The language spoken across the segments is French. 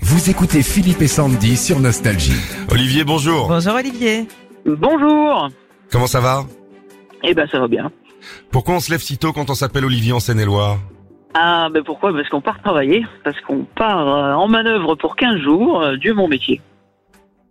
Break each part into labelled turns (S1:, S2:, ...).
S1: Vous écoutez Philippe et Sandy sur Nostalgie.
S2: Olivier, bonjour.
S3: Bonjour Olivier.
S4: Bonjour.
S2: Comment ça va
S4: Eh ben ça va bien.
S2: Pourquoi on se lève si tôt quand on s'appelle Olivier en Seine-et-Loire
S4: Ah ben pourquoi Parce qu'on part travailler, parce qu'on part euh, en manœuvre pour 15 jours, euh, Dieu mon métier.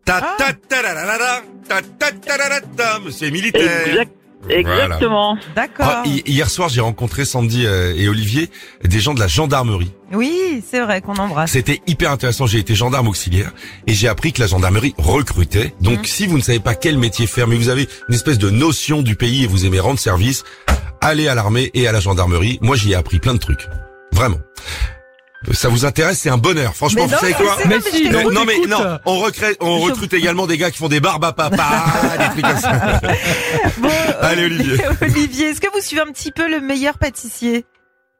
S2: Ta
S3: Ah.
S2: ta ta la la la la, ta ta ta la la ta, monsieur militaire.
S4: Exact- exactement.
S3: D'accord.
S2: Ah, hi- hier soir, j'ai rencontré Sandy euh, et Olivier, des gens de la gendarmerie.
S3: Oui, c'est vrai qu'on embrasse.
S2: C'était hyper intéressant. J'ai été gendarme auxiliaire et j'ai appris que la gendarmerie recrutait. Donc,
S3: Mhm.
S2: si vous ne savez pas quel métier faire, mais vous avez une espèce de notion du pays et vous aimez rendre service, allez à l'armée et à la gendarmerie. Moi, j'y ai appris plein de trucs. Vraiment. Ça vous intéresse C'est un bonheur. Franchement, vous savez
S3: je
S2: quoi
S3: sais,
S5: Mais
S3: non,
S5: si,
S3: je
S2: non,
S3: t'écoute.
S2: non, mais
S5: écoute.
S2: non, on recrute, on
S3: Je-
S2: recrute également des gars qui font des barbes à papa, des trucs comme ça.
S3: Bon, euh,
S2: Allez, Olivier.
S3: Olivier, est-ce que vous suivez un petit peu le meilleur pâtissier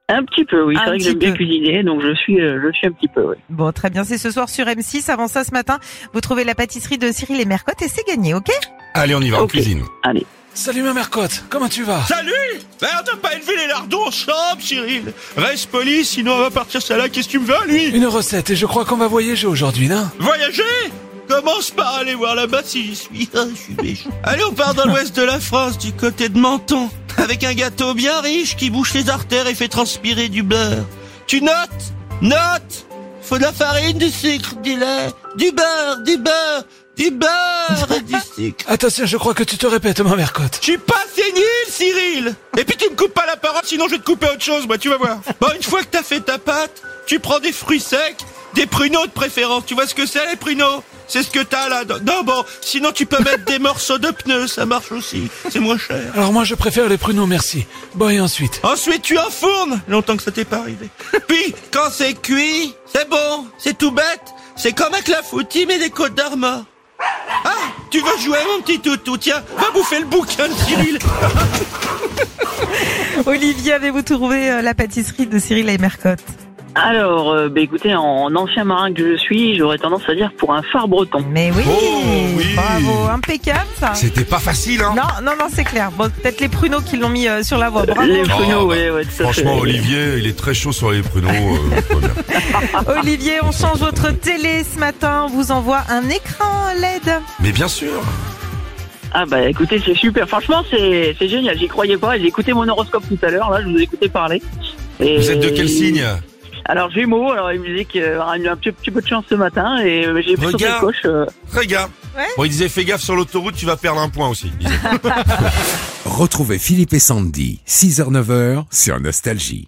S4: Un petit peu, oui.
S3: Un
S4: C'est vrai que
S3: petit
S4: j'aime bien
S3: peu.
S4: cuisiner, donc je suis, euh, je suis un petit peu. oui.
S3: Bon, très bien, c'est ce soir sur M6. Avant ça, ce matin, vous trouvez la pâtisserie de Cyril et Mercotte et c'est gagné, ok
S2: Allez, on y va, en
S4: Ok.
S2: cuisine.
S4: Allez.
S5: Salut ma mercotte, comment tu vas
S6: Salut Merde, t'as pas élevé les lardons en chambre, Cyril Reste poli, sinon on va partir ça là, qu'est-ce que tu me veux, lui
S5: Une recette et je crois qu'on va voyager aujourd'hui, non
S6: Voyager Commence par aller voir là-bas si j'y suis. Ah, je suis méchant. Allez, on part dans l'ouest de la France, du côté de Menton, avec un gâteau bien riche qui bouche les artères et fait transpirer du beurre. Tu notes Note Faut de la farine, du sucre, du lait, du beurre, du beurre, du beurre et du sucre.
S5: Attention, je crois que tu te répètes ma mercotte.
S6: Je suis pas sénile, Cyril Et puis tu me coupes pas la parole, sinon je vais te couper autre chose, moi, tu vas voir. Bon, une fois que t'as fait ta pâte, tu prends des fruits secs, des pruneaux de préférence. Tu vois ce que c'est, les pruneaux C'est ce que t'as là. dans- Non, bon, sinon tu peux mettre des morceaux de pneus, ça marche aussi. C'est moins cher.
S5: Alors moi je préfère les pruneaux, merci. Bon et ensuite
S6: Ensuite, tu enfournes Longtemps que ça t'est pas arrivé. Puis, quand c'est cuit, c'est bon, c'est tout bête. C'est comme avec la foutie, mais des côtes d'armor. Ah, tu veux jouer, mon petit toutou Tiens, va bouffer le bouquin de Cyril
S3: Olivier, avez-vous trouvé euh, la pâtisserie de Cyril et Mercotte
S4: Alors, euh, ben écoutez, en ancien marin que je suis, j'aurais tendance à dire pour un phare breton.
S3: Mais oui,
S2: Oh, oui.
S3: bravo, impeccable ça.
S2: C'était pas facile, hein
S3: Non, non, non, c'est clair. Bon, peut-être les pruneaux qui l'ont mis euh, sur la voie. Bravo.
S4: Les
S2: Oh,
S4: pruneaux,
S2: bah,
S4: ouais, ouais, tout à fait.
S2: Franchement, Olivier, il est très chaud sur les pruneaux. euh, tout va bien.
S3: Olivier, on change votre télé ce matin. On vous envoie un écran E LED.
S2: Mais bien sûr
S4: Ah bah écoutez, c'est super. Franchement, c'est c'est génial. J'y croyais pas. J'ai écouté mon horoscope tout à l'heure. Là, je vous ai écouté parler. Et-
S2: Vous êtes de quel signe
S4: Alors Gémeaux, alors la musique euh, a eu un petit, petit peu de chance ce matin et euh, j'ai pris sur les
S2: Regarde.
S4: coches. euh,
S2: Très gaffe.
S3: Ouais.
S2: Bon, il disait fais gaffe sur l'autoroute, tu vas perdre un point aussi. il disait.
S1: Retrouvez Philippe et Sandy, 6h-9h sur Nostalgie.